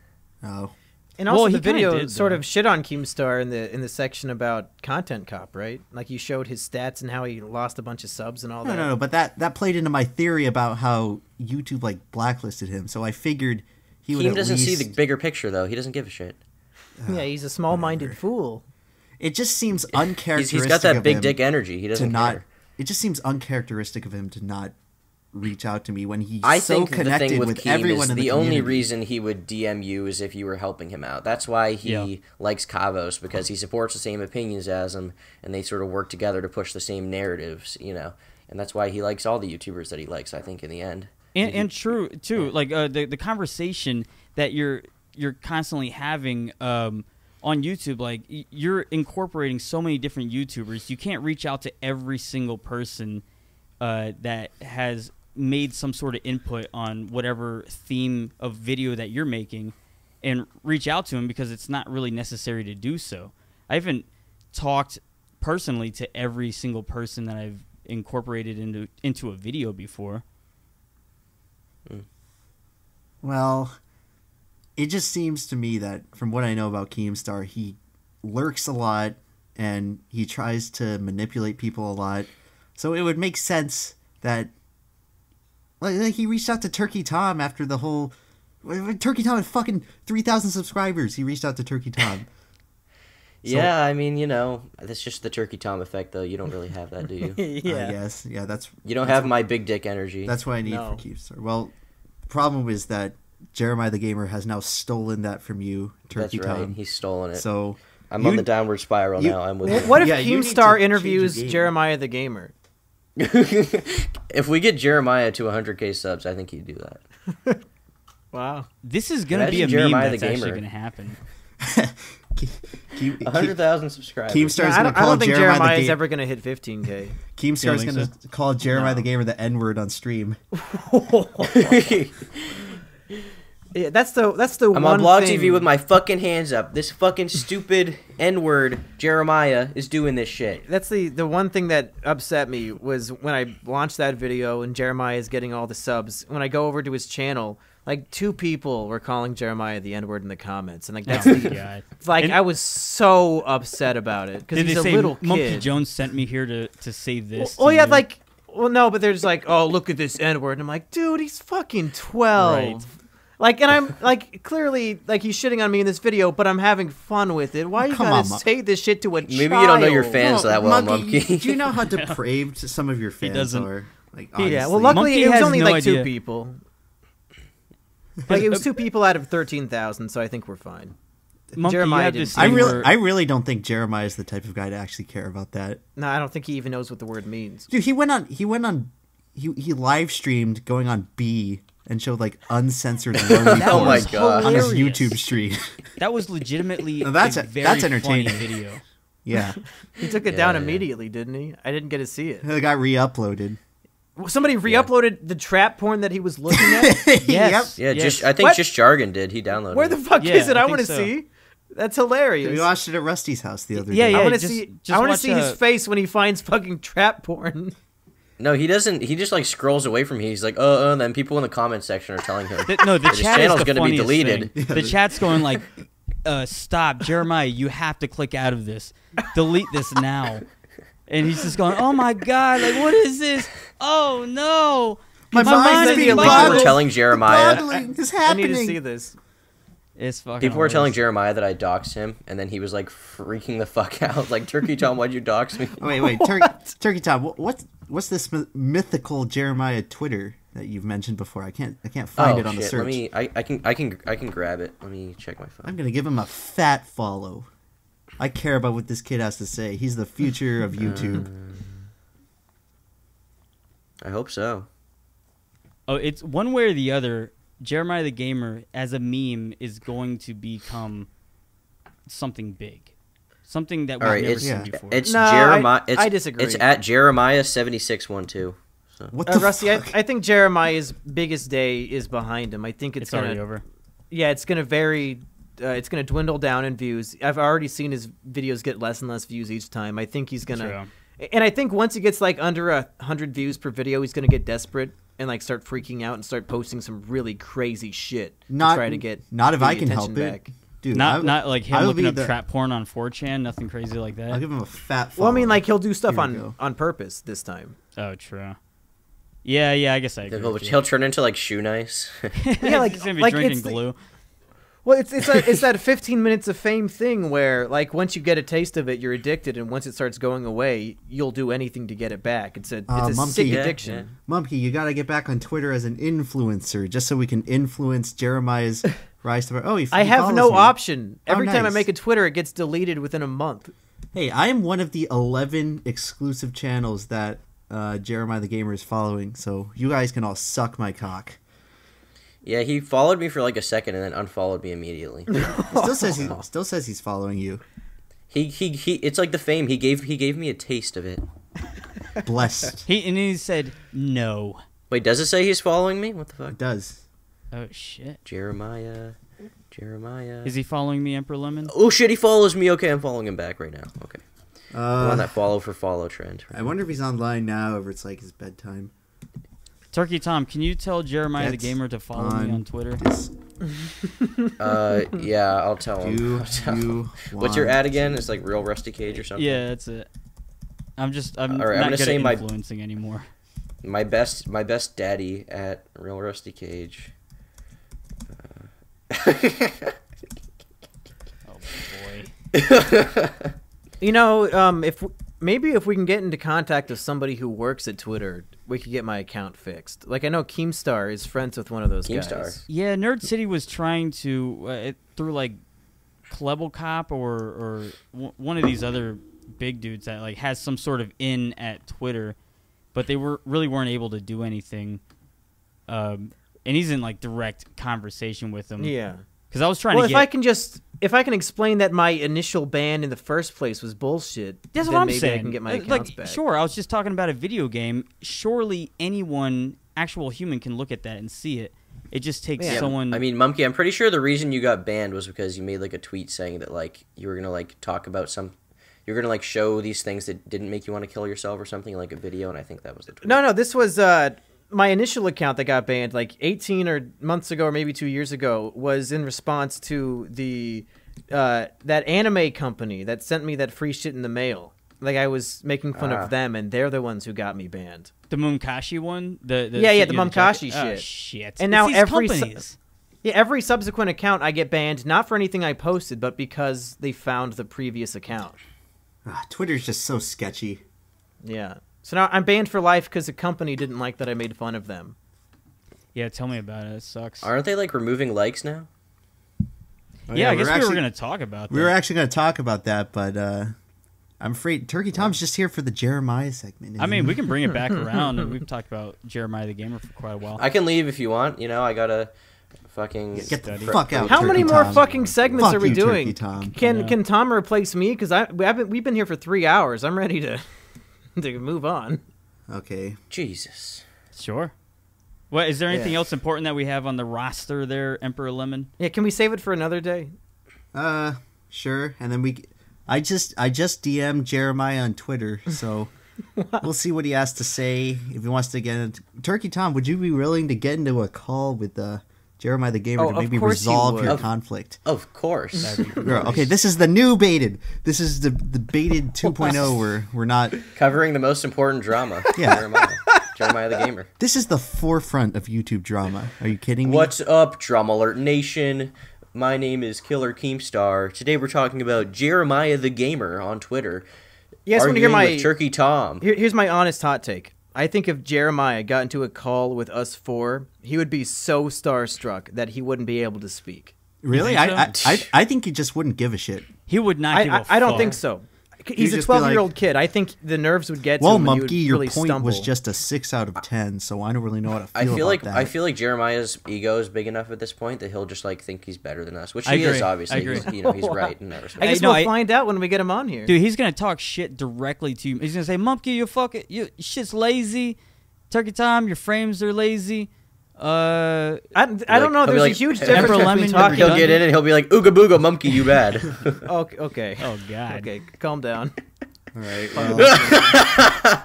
Speaker 1: Oh,
Speaker 2: And
Speaker 3: Well,
Speaker 2: also,
Speaker 3: he
Speaker 2: the
Speaker 3: kinda
Speaker 2: video
Speaker 3: did,
Speaker 2: sort
Speaker 3: though.
Speaker 2: of shit on Keemstar in the in the section about content cop, right? Like you showed his stats and how he lost a bunch of subs and all
Speaker 1: No,
Speaker 2: that.
Speaker 1: no, no. But that that played into my theory about how YouTube like blacklisted him. So I figured he would.
Speaker 4: Keem
Speaker 1: at
Speaker 4: doesn't see the
Speaker 1: least-
Speaker 4: bigger picture though. He doesn't give a shit.
Speaker 2: Yeah, he's a small-minded fool.
Speaker 1: It just seems
Speaker 4: He's,
Speaker 1: uncharacteristic.
Speaker 4: he's got that
Speaker 1: of
Speaker 4: big
Speaker 1: him
Speaker 4: dick energy.
Speaker 1: to
Speaker 4: He doesn't
Speaker 1: not.
Speaker 4: care.
Speaker 1: It just seems uncharacteristic of him to not reach out to me when he's
Speaker 4: I
Speaker 1: so
Speaker 4: think the
Speaker 1: connected
Speaker 4: thing with,
Speaker 1: with
Speaker 4: Keem
Speaker 1: everyone
Speaker 4: is
Speaker 1: in
Speaker 4: the,
Speaker 1: the,
Speaker 4: only
Speaker 1: community.
Speaker 4: reason he would DM you is if you were helping him out. That's why he
Speaker 3: Yeah.
Speaker 4: likes Kavos because he supports the same opinions as him, and they sort of work together to push the same narratives, you know. And that's why he likes all the YouTubers that he likes. I think in the end,
Speaker 3: and, and true too like uh, the the conversation that you're you're constantly having um, on YouTube like y- you're incorporating so many different YouTubers you can't reach out to every single person uh, that has made some sort of input on whatever theme of video that you're making and reach out to them because it's not really necessary to do so I haven't talked personally to every single person that I've incorporated into into a video before
Speaker 1: Well, it just seems to me that from what I know about Keemstar, he lurks a lot and he tries to manipulate people a lot. So it would make sense that like, like he reached out to Turkey Tom after the whole Turkey Tom had fucking 3,000 subscribers. He reached out to Turkey Tom.
Speaker 4: yeah. I mean, you know, that's just the Turkey Tom effect, though. You don't really have that, do you?
Speaker 1: I guess. Yeah, that's
Speaker 4: you don't have my big dick energy.
Speaker 1: that's what I need for
Speaker 2: No.
Speaker 1: Keemstar. Well, the problem is that Jeremiah the Gamer has now stolen that from you,
Speaker 4: That's
Speaker 1: Turkey
Speaker 4: right.
Speaker 1: Tom.
Speaker 4: He's stolen it.
Speaker 1: so
Speaker 4: I'm
Speaker 1: you-
Speaker 4: on the downward spiral
Speaker 1: you-
Speaker 4: now. I'm with
Speaker 2: Wh-
Speaker 4: you.
Speaker 2: What if
Speaker 1: Yeah, you need to change
Speaker 2: Keemstar
Speaker 1: your
Speaker 2: interviews
Speaker 1: game.
Speaker 2: Jeremiah the gamer?
Speaker 4: if we get Jeremiah to 100k subs, I think he'd do that.
Speaker 2: Wow.
Speaker 3: This is gonna be
Speaker 4: Imagine
Speaker 3: a
Speaker 4: Jeremiah
Speaker 3: meme
Speaker 4: the
Speaker 3: that's actually
Speaker 4: gamer.
Speaker 3: gonna happen.
Speaker 1: Ke- Ke- Ke-
Speaker 4: 100,000 subscribers.
Speaker 1: Keemstar
Speaker 2: No,
Speaker 1: is
Speaker 2: I
Speaker 1: going
Speaker 2: don't,
Speaker 1: to
Speaker 2: I
Speaker 1: call
Speaker 2: don't think
Speaker 1: Jeremiah,
Speaker 2: Jeremiah
Speaker 1: the
Speaker 2: is
Speaker 1: ga-
Speaker 2: ever going to hit 15k.
Speaker 1: Keemstar is
Speaker 3: You don't
Speaker 1: going
Speaker 3: think
Speaker 1: to call Jeremiah the gamer the N word on stream.
Speaker 2: Yeah, that's the that's the
Speaker 4: I'm
Speaker 2: one
Speaker 4: on Blog
Speaker 2: thing-
Speaker 4: TV with my fucking hands up. This fucking stupid N word, Jeremiah, is doing this shit.
Speaker 2: That's the the one thing that upset me was when I launched that video and Jeremiah is getting all the subs. When I go over to his channel, like two people were calling Jeremiah the N word in the comments, and like that's
Speaker 3: Oh,
Speaker 2: the,
Speaker 3: God.
Speaker 2: like
Speaker 3: And-
Speaker 2: I was so upset about it because
Speaker 3: Did
Speaker 2: he's
Speaker 3: they
Speaker 2: a
Speaker 3: say
Speaker 2: little
Speaker 3: Monkey
Speaker 2: kid.
Speaker 3: Jones sent me here to, to say this?
Speaker 2: Well,
Speaker 3: to
Speaker 2: yeah,
Speaker 3: you?
Speaker 2: like, well, no, but they're just like, oh, look at this N word. And I'm like, dude, he's fucking 12.
Speaker 3: Right.
Speaker 2: Like, and I'm like, clearly, like, he's shitting on me in this video, but I'm having fun with it. Why you
Speaker 1: Come
Speaker 2: gotta
Speaker 1: on, Mo-
Speaker 2: say this shit to a
Speaker 4: Maybe you don't know your
Speaker 2: child?
Speaker 4: fans that well, Monkey.
Speaker 1: do you know how depraved some of your fans
Speaker 3: doesn't-
Speaker 1: are? Like,
Speaker 2: Yeah, well,
Speaker 1: honestly.
Speaker 2: luckily,
Speaker 3: Monkey
Speaker 2: it was
Speaker 3: has
Speaker 2: only
Speaker 3: no
Speaker 2: like two
Speaker 3: idea.
Speaker 2: people. Like, it was two people out of 13,000, so I think we're fine.
Speaker 3: Monkey,
Speaker 2: Jeremiah
Speaker 3: you have
Speaker 2: didn't.
Speaker 3: this
Speaker 1: I
Speaker 3: thing
Speaker 1: really,
Speaker 3: where-
Speaker 1: I really don't think Jeremiah is the type of guy to actually care about that.
Speaker 2: No, I don't think he even knows what the word means.
Speaker 1: Dude, he went on. He went on. He he live streamed going on B and showed like uncensored lonely
Speaker 4: Oh my
Speaker 1: porn
Speaker 4: God.
Speaker 1: on his
Speaker 3: hilarious.
Speaker 1: YouTube stream.
Speaker 3: that was legitimately
Speaker 1: Now that's
Speaker 3: a
Speaker 1: a-
Speaker 3: very
Speaker 1: that's
Speaker 3: funny
Speaker 1: entertaining.
Speaker 3: video.
Speaker 1: yeah,
Speaker 2: He took it
Speaker 4: Yeah,
Speaker 2: down
Speaker 4: yeah.
Speaker 2: immediately, didn't he? I didn't get to see it.
Speaker 1: it got re-uploaded.
Speaker 2: Somebody re uploaded the trap porn that he was looking at? yes.
Speaker 4: Yeah,
Speaker 3: Yes.
Speaker 4: just I think
Speaker 2: What?
Speaker 4: just Jargon did. He downloaded.
Speaker 2: Where the
Speaker 4: it.
Speaker 2: fuck
Speaker 3: Yeah,
Speaker 2: is it?
Speaker 3: I
Speaker 2: I,
Speaker 3: think
Speaker 2: want to
Speaker 3: so.
Speaker 2: see. That's hilarious.
Speaker 1: We watched it at Rusty's house the other
Speaker 3: Yeah,
Speaker 1: day.
Speaker 2: I want to
Speaker 3: just-
Speaker 2: see.
Speaker 3: just
Speaker 2: I want to
Speaker 3: watch,
Speaker 2: see
Speaker 3: uh,
Speaker 2: his face when he finds fucking trap porn.
Speaker 4: No, he doesn't. He just like scrolls away from. Here. He's like, uh, uh. And then people in the comment section are telling him.
Speaker 3: The- no, the
Speaker 4: His
Speaker 3: chat
Speaker 4: channel's
Speaker 3: is going
Speaker 4: gonna
Speaker 3: to
Speaker 4: be deleted.
Speaker 3: The chat's going like, uh, "Stop, Jeremiah! You have to click out of this. Delete this now." And he's just going, "Oh my god! Like, what is this? Oh no!"
Speaker 1: My mind's
Speaker 3: mind is
Speaker 1: being
Speaker 4: people
Speaker 3: boggled."
Speaker 4: were
Speaker 1: boggled.
Speaker 4: telling Jeremiah.
Speaker 1: Boggling is
Speaker 2: I
Speaker 1: happening.
Speaker 2: need to see this. Uh,
Speaker 3: It's fucking.
Speaker 4: People were telling
Speaker 3: hilarious.
Speaker 4: Jeremiah that I doxed him, and then he was like freaking the fuck out. Like Turkey Tom, why'd you dox me?
Speaker 1: Oh, wait, wait, Tur- Turkey Tom. What, what's what's this myth- mythical Jeremiah Twitter that you've mentioned before? I can't I can't find
Speaker 4: oh,
Speaker 1: it on
Speaker 4: shit.
Speaker 1: the search.
Speaker 4: Let me. I, I can. I can. I can grab it. Let me check my
Speaker 1: I'm
Speaker 4: phone.
Speaker 1: gonna give him a fat follow. I care about what this kid has to say. He's the future
Speaker 2: Uh,
Speaker 1: of YouTube.
Speaker 4: I hope so.
Speaker 3: "Oh, it's one way or the other." Jeremiah the gamer as a meme is going to become something big, something that we've
Speaker 4: All right,
Speaker 3: never
Speaker 4: it's
Speaker 3: seen
Speaker 1: Yeah.
Speaker 3: before.
Speaker 4: it's
Speaker 2: No, I-
Speaker 4: Jeremiah. it's,
Speaker 2: I disagree.
Speaker 4: It's at Jeremiah seventy six one two.
Speaker 1: What
Speaker 2: Uh,
Speaker 1: the
Speaker 2: Rusty, I,
Speaker 1: fuck?
Speaker 2: I think Jeremiah's biggest day is behind him. I think it's,
Speaker 3: it's
Speaker 2: gonna.
Speaker 3: already over.
Speaker 2: Yeah, it's gonna vary. Uh, it's gonna dwindle down in views. I've already seen his videos get less and less views each time. I think he's gonna. And I think once he gets like under a hundred views per video, he's gonna get desperate and like start freaking out and start posting some really crazy shit
Speaker 1: not
Speaker 2: to try to get
Speaker 1: not if
Speaker 2: the
Speaker 1: I can help
Speaker 2: attention back.
Speaker 1: it, dude. I
Speaker 3: Not
Speaker 1: would-
Speaker 3: not like
Speaker 1: I
Speaker 3: him
Speaker 1: would
Speaker 3: looking
Speaker 1: be
Speaker 3: up
Speaker 1: the-
Speaker 3: trap porn on 4chan. Nothing crazy like that.
Speaker 1: I'll give him a fat. Follow.
Speaker 2: Well, I mean, like he'll do stuff
Speaker 1: Here we
Speaker 2: on
Speaker 1: go.
Speaker 2: on purpose this time.
Speaker 3: Oh, true. Yeah, yeah, I guess I agree.
Speaker 4: He'll,
Speaker 3: with you.
Speaker 4: he'll turn into like shoe nice.
Speaker 2: Yeah, like-
Speaker 3: he's gonna be
Speaker 2: like,
Speaker 3: drinking
Speaker 2: it's the-
Speaker 3: glue.
Speaker 2: Well, it's it's a, it's that 15 minutes of fame thing where like once you get a taste of it, you're addicted, and once it starts going away, you'll do anything to get it back. It's a it's
Speaker 1: Uh,
Speaker 2: a
Speaker 1: monkey.
Speaker 2: sick
Speaker 1: Yeah,
Speaker 2: addiction.
Speaker 4: yeah.
Speaker 1: Mumpy, you got to get back on Twitter as an influencer, just so we can influence Jeremiah's rise to. Oh, he,
Speaker 2: I
Speaker 1: he
Speaker 2: have
Speaker 1: follows
Speaker 2: no
Speaker 1: me.
Speaker 2: option.
Speaker 1: How
Speaker 2: Every time I
Speaker 1: nice.
Speaker 2: make a Twitter, it gets deleted within a month.
Speaker 1: Hey, I am one of the eleven exclusive channels that uh, Jeremiah the Gamer is following, so you guys can all suck my cock.
Speaker 4: yeah, he followed me for like a second and then unfollowed me immediately.
Speaker 1: He still says he still says he's following you.
Speaker 4: he, he he. It's like the fame. He gave he gave me a taste of it.
Speaker 1: Blessed.
Speaker 3: He and he said no.
Speaker 4: Wait, does it say he's following me? What the fuck?
Speaker 1: It does.
Speaker 3: Oh shit!
Speaker 4: Jeremiah. Jeremiah.
Speaker 3: Is he following me, Emperor Lemon?
Speaker 4: oh shit, he follows me. Okay, I'm following him back right now. Okay. I'm on
Speaker 1: Uh,
Speaker 4: that follow for follow trend.
Speaker 1: I wonder if he's online now, or if it's like his bedtime.
Speaker 3: Turkey Tom, can you tell Jeremiah the
Speaker 1: That's
Speaker 3: gamer to follow me
Speaker 1: on
Speaker 3: on Twitter?
Speaker 1: Just
Speaker 4: Uh, yeah, I'll tell
Speaker 2: Oh,
Speaker 4: him.
Speaker 1: do
Speaker 4: I'll tell him.
Speaker 1: you
Speaker 4: What's your
Speaker 1: want
Speaker 4: ad again? It's like real Rusty Cage or something.
Speaker 3: Yeah, that's it. I'm just I'm
Speaker 4: All right, I'm
Speaker 3: not
Speaker 4: gonna
Speaker 3: good
Speaker 4: say
Speaker 3: at
Speaker 4: my-
Speaker 3: influencing anymore.
Speaker 4: My best, my best daddy at real Rusty Cage.
Speaker 1: Uh,
Speaker 3: Oh boy.
Speaker 2: You know, um, if maybe if we can get into contact with somebody who works at Twitter, we could get my account fixed. Like I know Keemstar is friends with one of those
Speaker 4: Keemstar.
Speaker 2: guys.
Speaker 3: Yeah, Nerd City was trying to uh, it, through like Klebel Cop or or w- one of these other big dudes that like has some sort of in at Twitter, but they were really weren't able to do anything. Um, and he's in like direct conversation with them.
Speaker 2: Yeah.
Speaker 3: because I was trying
Speaker 2: well,
Speaker 3: to
Speaker 2: if
Speaker 3: get.
Speaker 2: I can just if I can explain that my initial ban in the first place was bullshit,
Speaker 3: That's
Speaker 2: then
Speaker 3: what I'm
Speaker 2: maybe
Speaker 3: saying.
Speaker 2: I can get my
Speaker 3: Uh,
Speaker 2: accounts
Speaker 3: like,
Speaker 2: back.
Speaker 3: Sure, I was just talking about a video game. Surely anyone, actual human, can look at that and see it. It just takes
Speaker 2: Yeah.
Speaker 3: someone.
Speaker 4: I mean, Mumkey, I'm pretty sure the reason you got banned was because you made like a tweet saying that like you were gonna like talk about some, you're gonna like show these things that didn't make you want to kill yourself or something like a video, and I think that was the tweet.
Speaker 2: No, no, this was uh my initial account that got banned like 18 or months ago or maybe two years ago was in response to the uh, that anime company that sent me that free shit in the mail like i was making fun
Speaker 4: Ah.
Speaker 2: of them and they're the ones who got me banned
Speaker 3: The Mumkashi one? The, the
Speaker 2: Yeah, yeah,
Speaker 3: suit
Speaker 2: the
Speaker 3: you had talked-
Speaker 2: Mumkashi
Speaker 3: oh,
Speaker 2: shit.
Speaker 3: shit.
Speaker 2: And
Speaker 3: It's
Speaker 2: now
Speaker 3: these
Speaker 2: every su-
Speaker 3: companies.
Speaker 2: yeah every subsequent account i get banned not for anything i posted but because they found the previous account
Speaker 1: Ah, Twitter's just so sketchy.
Speaker 2: yeah so now i'm banned for life because the company didn't like that i made fun of them
Speaker 3: yeah, tell me about it. It sucks.
Speaker 4: Aren't they like removing likes now?
Speaker 1: Oh,
Speaker 3: yeah, I guess
Speaker 1: we're
Speaker 3: we
Speaker 1: actually,
Speaker 3: were gonna talk about.
Speaker 1: we were
Speaker 3: that.
Speaker 1: actually going to talk about that, but uh, I'm afraid Turkey Tom's just here for the Jeremiah segment.
Speaker 3: I
Speaker 1: isn't
Speaker 3: mean,
Speaker 1: he?
Speaker 3: we can bring it back around. and We've talked about Jeremiah the gamer for quite a while.
Speaker 4: I can leave if you want. You know, I gotta fucking
Speaker 1: get the
Speaker 3: study.
Speaker 1: fuck out.
Speaker 2: How
Speaker 1: Turkey
Speaker 2: many more
Speaker 1: Tom.
Speaker 2: fucking segments
Speaker 1: Fuck
Speaker 2: are we
Speaker 1: you,
Speaker 2: doing?
Speaker 1: Turkey Tom.
Speaker 2: Can
Speaker 3: Yeah.
Speaker 2: can Tom replace me? Because I we haven't we've been here for three hours. I'm ready to to move on.
Speaker 1: Okay.
Speaker 4: Jesus.
Speaker 3: Sure. What is there anything else important that we have on the roster there, Emperor Lemon?
Speaker 2: Yeah, can we save it for another day?
Speaker 1: Uh, sure. And then we, I just I just DM Jeremiah on Twitter, so we'll see what he has to say if he wants to get into Turkey Tom. Would you be willing to get into a call with uh, Jeremiah the gamer
Speaker 2: Oh,
Speaker 1: to
Speaker 2: of
Speaker 1: maybe
Speaker 2: course you
Speaker 1: resolve
Speaker 2: would.
Speaker 1: your
Speaker 4: Of-
Speaker 1: conflict?
Speaker 4: Of course.
Speaker 1: Girl, okay, this is the new baited. This is the the baited 2.0 where we're not.
Speaker 4: Covering the most important drama.
Speaker 1: Yeah.
Speaker 4: Jeremiah. Jeremiah the Gamer.
Speaker 1: This is the forefront of YouTube drama. Are you kidding me?
Speaker 4: What's up, Drama Alert Nation? My name is Killer Keemstar. Today we're talking about Jeremiah the Gamer on Twitter.
Speaker 2: You guys want to hear
Speaker 4: arguing
Speaker 2: my
Speaker 4: with Turkey Tom.
Speaker 2: here, here's my honest hot take. I think if Jeremiah got into a call with us four, he would be so starstruck that he wouldn't be able to speak.
Speaker 1: Really?
Speaker 3: You think
Speaker 1: I, I,
Speaker 3: so?
Speaker 1: I I think he just wouldn't give a shit.
Speaker 3: He would not.
Speaker 2: I
Speaker 3: give
Speaker 2: I,
Speaker 3: a
Speaker 2: I don't
Speaker 3: fuck.
Speaker 2: think so. He's
Speaker 1: You'd
Speaker 2: a
Speaker 1: just be like-
Speaker 2: 12 year old kid. I think the nerves would get
Speaker 1: Well,
Speaker 2: to him. and he would
Speaker 1: Monkey, your
Speaker 2: really
Speaker 1: point
Speaker 2: stumble.
Speaker 1: was just a six out of ten, so I don't really know what to feel
Speaker 4: I feel
Speaker 1: about
Speaker 4: like
Speaker 1: that.
Speaker 4: I feel like Jeremiah's ego is big enough at this point that he'll just like think he's better than us, which
Speaker 3: I
Speaker 4: he is
Speaker 3: agree. I
Speaker 4: obviously.
Speaker 3: agree.
Speaker 4: He's, you know, he's right in that
Speaker 2: I
Speaker 4: respect.
Speaker 3: Hey,
Speaker 2: guess
Speaker 3: no,
Speaker 2: we'll
Speaker 3: I-
Speaker 2: find out when we get him on here.
Speaker 3: Dude, he's gonna talk shit directly to you. He's gonna say, "Mumpkin, you fuck it. You shit's lazy. Turkey Tom, your frames are lazy." Uh,
Speaker 2: I, I don't know.
Speaker 4: I'll be
Speaker 2: There's a
Speaker 4: like,
Speaker 2: huge
Speaker 4: "Emperor
Speaker 2: difference between
Speaker 3: Lemon,
Speaker 2: talking
Speaker 4: He'll get in and he'll be like, "Ooga booga, monkey, you bad."
Speaker 2: Okay. okay.
Speaker 3: oh god.
Speaker 2: Okay, calm down.
Speaker 1: All right. well,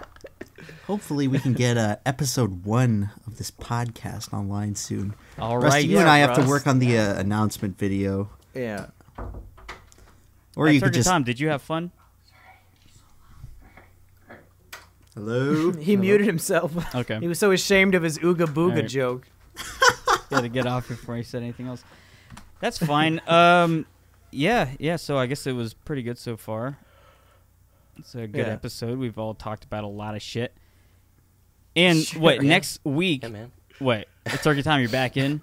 Speaker 1: hopefully, we can get uh, episode one of this podcast online soon.
Speaker 3: All
Speaker 1: Rusty,
Speaker 3: right,
Speaker 1: you
Speaker 3: yeah,
Speaker 1: and I have
Speaker 3: Rust.
Speaker 1: to work on the uh, announcement video,
Speaker 2: Yeah.
Speaker 1: or
Speaker 3: Hey,
Speaker 1: you
Speaker 3: Turkey
Speaker 1: could just
Speaker 3: Tom, did you have fun?
Speaker 1: hello.
Speaker 2: He muted himself.
Speaker 3: Okay.
Speaker 2: he was so ashamed of his ooga booga
Speaker 3: Alright.
Speaker 2: joke.
Speaker 3: yeah, to get off before I said anything else. That's fine. Um, yeah, yeah. So I guess it was pretty good so far. It's a good
Speaker 2: Yeah.
Speaker 3: episode. We've all talked about a lot of shit. And
Speaker 2: Sure,
Speaker 3: what
Speaker 4: yeah.
Speaker 3: next week?
Speaker 4: yeah, man.
Speaker 3: Wait, it's turkey time. You're back in.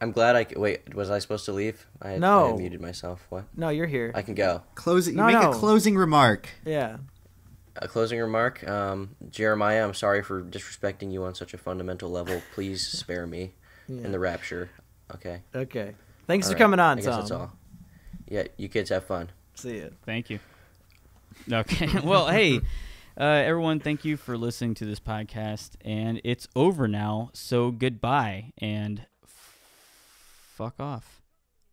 Speaker 4: I'm glad I c- wait. Was I supposed to leave? I had, I
Speaker 2: No.
Speaker 4: had muted myself. What?
Speaker 2: No, you're here.
Speaker 4: I can go.
Speaker 1: Closing.
Speaker 2: No,
Speaker 1: make
Speaker 2: no.
Speaker 1: a closing remark.
Speaker 2: yeah.
Speaker 4: A closing remark, um, Jeremiah. I'm sorry for disrespecting you on such a fundamental level. Please spare me
Speaker 2: Yeah.
Speaker 4: in the rapture. Okay.
Speaker 2: Okay. Thanks
Speaker 4: All
Speaker 2: for
Speaker 4: right.
Speaker 2: coming on,
Speaker 4: I guess
Speaker 2: Tom.
Speaker 4: That's all. Yeah, you kids have fun.
Speaker 2: See you.
Speaker 3: Thank you. Okay. Well, hey, uh, everyone, thank you for listening to this podcast. And it's over now. So goodbye and f- fuck off.